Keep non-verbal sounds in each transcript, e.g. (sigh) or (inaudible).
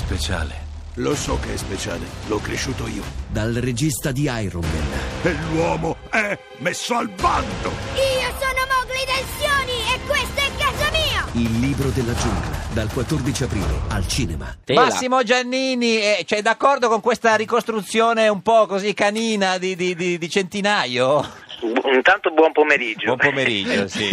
speciale. Lo so che è speciale, l'ho cresciuto io. Dal regista di Iron Man, E l'uomo è messo al bando! Io sono Mowgli Tensioni e questo è casa mia! il libro della giungla, dal 14 aprile al cinema. Tela. Massimo Giannini, eh, cioè d'accordo con questa ricostruzione un po' così canina di, di- di- di (laughs) centinaio? Bu- Intanto buon pomeriggio. Buon (laughs) pomeriggio, sì.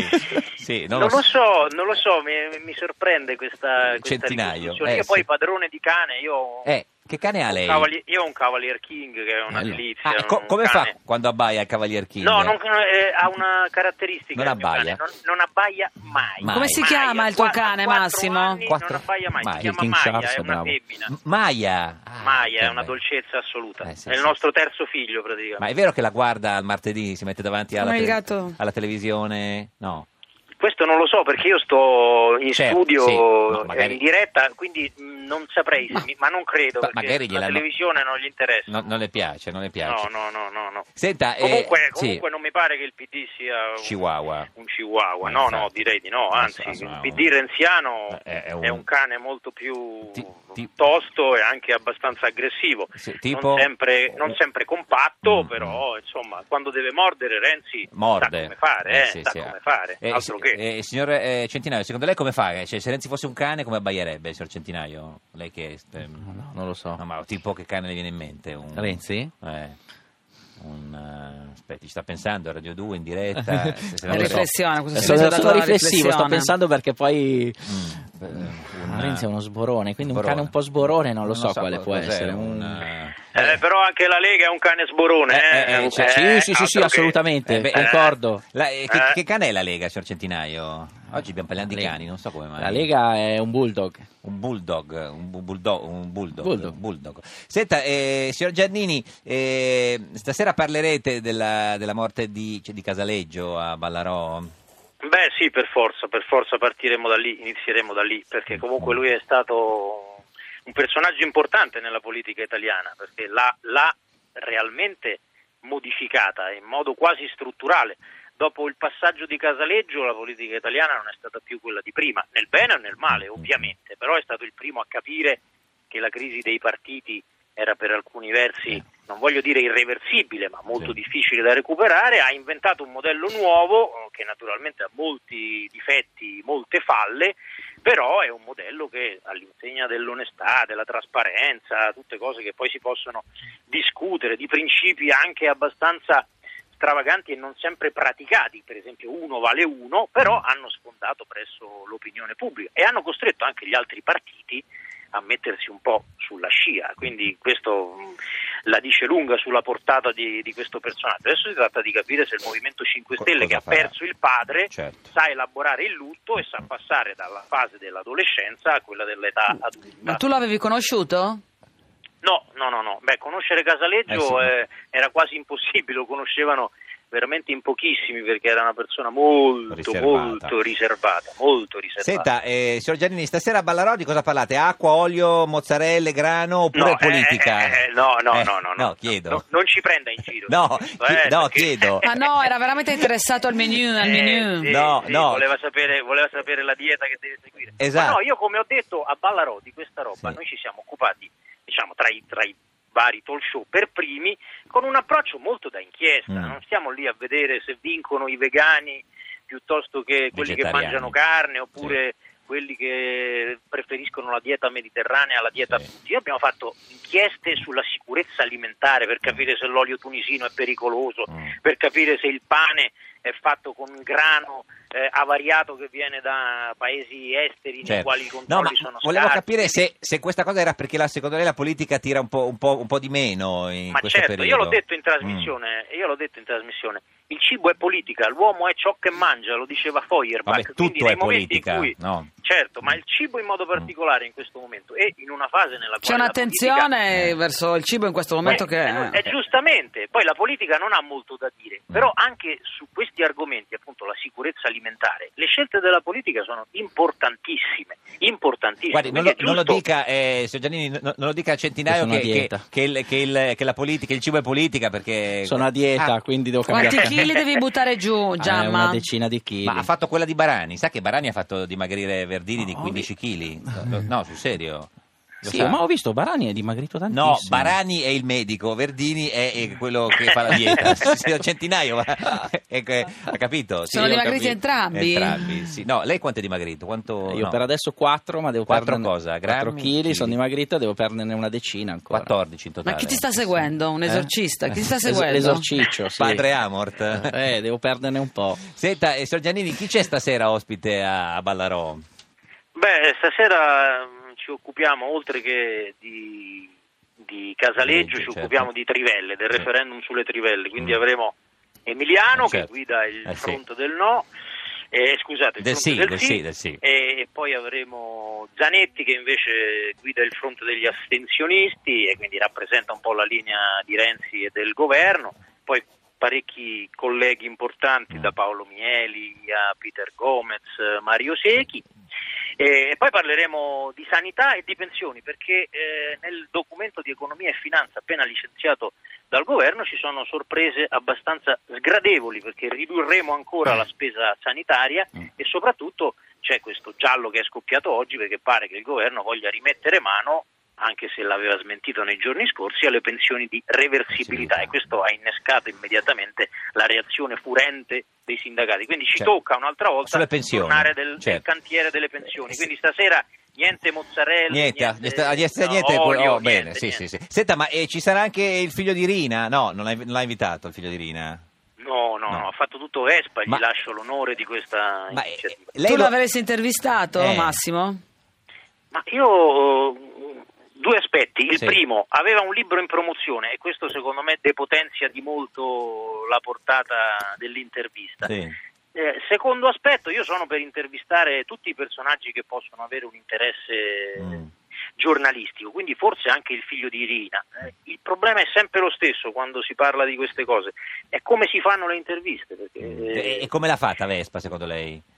Sì, Non, non lo lo so. so, non lo so, mi, mi sorprende questa, questa Centinaio, ricostruzione. eh, io poi sì. padrone di cane, io ho Eh, che cane ha un lei? cavali- io ho un Cavalier King che è una Allora. delizia. Ah, un- co- un come fa cane. quando abbaia il Cavalier King? No, non- eh, ha una caratteristica. Non il mio abbaia. cane, Non, non abbaia mai. Mai. Come si Mai. chiama A il tuo qua- a cane, quattro Massimo? anni Quattro- Non abbaia mai. mai. Si chiama King Maya, Charles, è una bravo. femmina. M- Maia. Ah, Maya è che una bello. dolcezza assoluta. Eh, sì, è il sì, nostro terzo figlio, praticamente. Ma è vero che la guarda al martedì, si mette davanti alla, Come il tele- gatto. alla televisione? No. Questo non lo so perché io sto in Certo, studio sì, no, eh, magari- in diretta, quindi mh, non saprei, se mi- ma, non credo Ma perché magari la gliela- televisione non gli interessa. No, non le piace, non le piace. no, no, no, no, no. Senta, eh, comunque, sì. comunque non mi pare che il PD sia un Chihuahua. un chihuahua, Eh, no, esatto. no, direi di no, Eh, anzi, sì, il no, PD renziano Eh, è- è è un- un... cane molto più Ti- ti- tosto e anche abbastanza aggressivo, Sì, tipo- non, sempre, non sempre compatto, Mm, però insomma, quando deve mordere Renzi Morde. sa come fare, eh, sì, sa sì, come eh. fare, Eh, altro si- che... eh, signor eh, Centinaio, secondo lei come fa? Cioè, se Renzi fosse un cane, come abbaierebbe, signor Centinaio? Lei che... ehm, No, non lo so. no, ma tipo che cane le viene in mente? Un, Ah, Renzi? Eh, un... eh, aspetti, ci sta pensando, Radio 2 in (laughs) diretta... se- se non lo so. Riflessione, questo Eh, si è sono, dato sono alla riflessivo, sto riflessione. pensando perché poi Mm, eh, un- Renzi è uno sborone, quindi un sborone. cane un po' sborone non lo so quale co- può cos'è, essere. un, un- eh, Eh, però anche la Lega è un cane sborone, Eh, eh, eh, eh, Cioè, eh, sì, sì, sì, sì, altro che- assolutamente, eh, beh, concordo. la- eh, che, Eh. che cane è la Lega, signor Centinaio? Oggi abbiamo parlato di Lega. cani, non so come mai. La Lega è un bulldog. Un bulldog, un bu- bulldog, un bulldog, Bulldog. un bulldog. Senta, eh, signor Giannini, eh, stasera parlerete della, della morte di, cioè, di Casaleggio a Ballarò. Beh sì, per forza, per forza partiremo da lì, inizieremo da lì, Mm. perché comunque lui è stato un personaggio importante nella politica italiana, perché l'ha, l'ha realmente modificata in modo quasi strutturale. Dopo il passaggio di Casaleggio la politica italiana non è stata più quella di prima, nel bene o nel Mm. male ovviamente, però è stato il primo a capire che la crisi dei partiti era per alcuni versi, non voglio dire irreversibile, ma molto Sì. difficile da recuperare, ha inventato un modello nuovo eh, che naturalmente ha molti difetti, molte falle, però è un modello che all'insegna dell'onestà, della trasparenza, tutte cose che poi si possono discutere, di principi anche abbastanza stravaganti e non sempre praticati, per esempio uno vale uno, Mm. però hanno sfondato presso l'opinione pubblica e hanno costretto anche gli altri partiti a mettersi un po' sulla scia, quindi questo mh, la dice lunga sulla portata di, di questo personaggio. Adesso si tratta di capire se il Movimento 5 Co- Stelle, cosa che ha farà? perso il padre, Certo. Mm. sa elaborare il lutto e sa passare dalla fase dell'adolescenza a quella dell'età adulta. Ma tu l'avevi conosciuto? No, no, no, no. Beh, conoscere Eh sì. Casaleggio eh, era quasi impossibile, lo conoscevano veramente in pochissimi perché era una persona molto, Riservata. molto riservata, molto riservata. Senta, eh, signor Giannini, stasera a Ballarò di cosa parlate? Acqua, olio, mozzarelle, grano oppure No, eh, politica? eh, eh, no, no, Eh, no, no, no. chiedo. No, non ci prenda in giro. No, chi- Eh, no, perché- chiedo. Ma no, era veramente interessato al menu, al Eh, menu. sì, No, sì, no. Voleva sapere, voleva sapere la dieta che deve seguire. Esatto. Ma no, io come ho detto a Ballarò di questa roba, Sì. noi ci siamo occupati, diciamo, tra i, tra i vari talk show per primi, con un approccio molto da inchiesta. Mm. Non stiamo lì a vedere se vincono i vegani piuttosto che quelli che Vegetariani. mangiano carne oppure quelli che preferiscono la dieta mediterranea alla dieta Sì. tutti. Noi abbiamo fatto inchieste sulla sicurezza alimentare per capire se l'olio tunisino è pericoloso, Mm. per capire se il pane è fatto con grano eh, avariato che viene da paesi esteri nei Certo. quali i No, controlli ma sono volevo scarsi. capire se, se questa cosa era perché la, secondo lei la politica tira un po', un po'- un po' di meno in Ma questo certo, periodo. io l'ho detto in Mm. trasmissione, io l'ho detto in trasmissione. Il cibo è politica, l'uomo è ciò che mangia, lo diceva Feuerbach, Vabbè, quindi tutto nei è momenti in politica, cui- no? Mm. Certo, ma il cibo in modo particolare in questo momento e in una fase nella quale C'è la politica- un'attenzione verso il cibo in questo momento Eh, che... eh, eh, giustamente, poi la politica non ha molto da dire, però anche su questi argomenti, appunto la sicurezza alimentare, le scelte della politica sono importantissime, importantissime. Mm. Guardi, non Quindi lo, è non lo giusto- dica, eh, signor Giannini, non, non lo dica a Centinaio Sono a che, che, dieta. che il, che, il- che la politica, il cibo è politica perché... Sono a dieta, Ah, quindi devo cambiare. Quanti chili devi buttare giù, Eh, Giamma? una decina di chili. Ma ha fatto (laughs) quella di Barani, sa che Barani ha fatto dimagrire Verdini di No, 15 kg? No, no, sul serio. Lo Sì, sa? ma ho visto Barani è dimagrito tantissimo. No, Barani è il medico, Verdini è, è quello che fa la (laughs) dieta. Sì, sì, da centinaio, ma- ecco, eh, ha capito? Sì, Ah. Sono ho dimagriti capito. entrambi? Entrambi, sì. No, lei quanto è dimagrito? Quanto, Eh, Io Oh, no. per adesso 4, ma devo Quattro perderne cosa? 4 Grammi? kg, sono Chili? dimagrito, devo perderne una decina ancora. 14 in totale. Ma chi ti sta seguendo? Un Eh? esorcista? Chi ti sta Es- seguendo? L'esorciccio, sì. Padre Amort. Eh, devo perderne un po'. Senta, eh, signor Giannini, chi c'è stasera ospite a, a Ballarò? Beh, stasera mm, ci occupiamo oltre che di, di Legge, Casaleggio, ci certo. occupiamo di Trivelle, del Sì. referendum sulle Trivelle, quindi Mm. avremo Emiliano Certo. che guida il Eh, sì. fronte del no. eh, scusate, il Del fronte sì, del, del sì, del sì. E, e poi avremo Zanetti che invece guida il fronte degli astensionisti e quindi rappresenta un po' la linea di Renzi e del governo. Poi parecchi colleghi importanti Mm. da Paolo Mieli a Peter Gomez, eh, Mario Secchi. E poi parleremo di sanità e di pensioni, perché eh, nel documento di economia e finanza appena licenziato dal governo ci sono sorprese abbastanza sgradevoli, perché ridurremo ancora la spesa sanitaria Mm. e soprattutto c'è questo giallo che è scoppiato oggi, perché pare che il governo voglia rimettere mano anche se l'aveva smentito nei giorni scorsi, alle pensioni di reversibilità Sì. e questo ha innescato immediatamente la reazione furente dei sindacati. Quindi ci Certo. tocca un'altra volta Sulle pensioni, tornare del, del certo. cantiere delle pensioni. Eh, sì. Quindi stasera niente mozzarella, Niente, ah, niente, ah, niente, no, niente, olio, oh, bene, niente, sì, niente. sì, sì. Senta, ma eh, ci sarà anche il figlio di Rina? No, non l'ha, non l'ha invitato il figlio di Rina. No, no, No. no, ha fatto tutto Vespa, gli Ma- lascio l'onore di questa Ma eh, iniziativa. lei tu lo- l'avresti intervistato, Eh. Massimo? Ma io eh, due aspetti. Il Sì. primo, aveva un libro in promozione e questo secondo me depotenzia di molto la portata dell'intervista. Sì. Eh, secondo aspetto, io sono per intervistare tutti i personaggi che possono avere un interesse Mm. giornalistico, quindi forse anche il figlio di Rina. Eh, il problema è sempre lo stesso quando si parla di queste cose, è come si fanno le interviste. Perché, Mm. E, eh, e come l'ha fatta Vespa, secondo lei?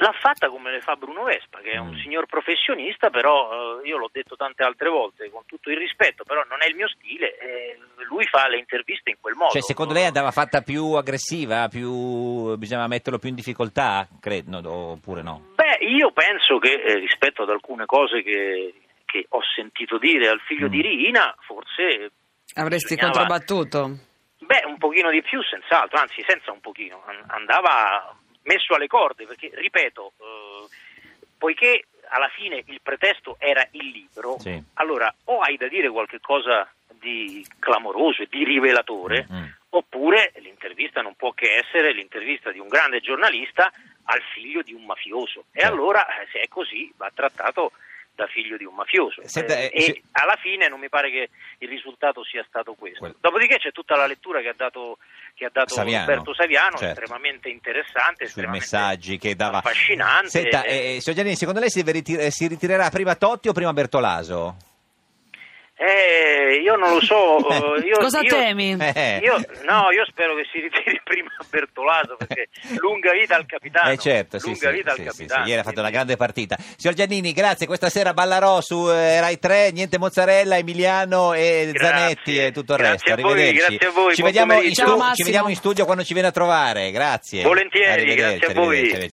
L'ha fatta come le fa Bruno Vespa, che è un Mm. signor professionista, però eh, io l'ho detto tante altre volte, con tutto il rispetto, però non è il mio stile, eh, lui fa le interviste in quel modo. Cioè, secondo lei andava fatta più aggressiva, più... bisognava metterlo più in difficoltà, credo, no, oppure no? Beh, io penso che eh, rispetto ad alcune cose che, che ho sentito dire al figlio Mm. di Rina, forse Avresti Bisognava- controbattuto? Beh, un pochino di più, senz'altro, anzi, senza un pochino, an- andava messo alle corde, perché, ripeto, eh, poiché alla fine il pretesto era il libro, Sì. allora o hai da dire qualche cosa di clamoroso e di rivelatore, Mm. oppure l'intervista non può che essere l'intervista di un grande giornalista al figlio di un mafioso. E Certo. allora, eh, se è così, va trattato da figlio di un mafioso. Senta, Eh, eh, e se- alla fine non mi pare che il risultato sia stato questo. Quello. Dopodiché c'è tutta la lettura che ha dato, che ha dato Saviano. Roberto Saviano, Certo. estremamente interessante, sui estremamente messaggi che dava affascinante. Senta, Eh, eh, signor Giannini, secondo lei si, deve ritir- eh, si ritirerà prima Totti o prima Bertolaso? Eh, io non lo so. (laughs) eh, Io, Cosa io- temi? Eh. Io, no, io spero che si ritiri (laughs) prima Bertolaso (laughs) perché lunga vita al capitano. Eh certo, sì, lunga sì, vita sì, al sì, sì, capitano. ieri ha fatto una grande partita. Signor Giannini, grazie. Questa sera ballarò su eh, Rai 3, niente mozzarella, Emiliano e Grazie. Zanetti e tutto il Grazie resto. a voi, Arrivederci. grazie a voi, Ci buon vediamo, in pomeriggio. Ciao, ci Massimo. vediamo in studio quando ci viene a trovare. Grazie. Volentieri, Arrivederci, grazie a voi. arrivederci, arrivederci.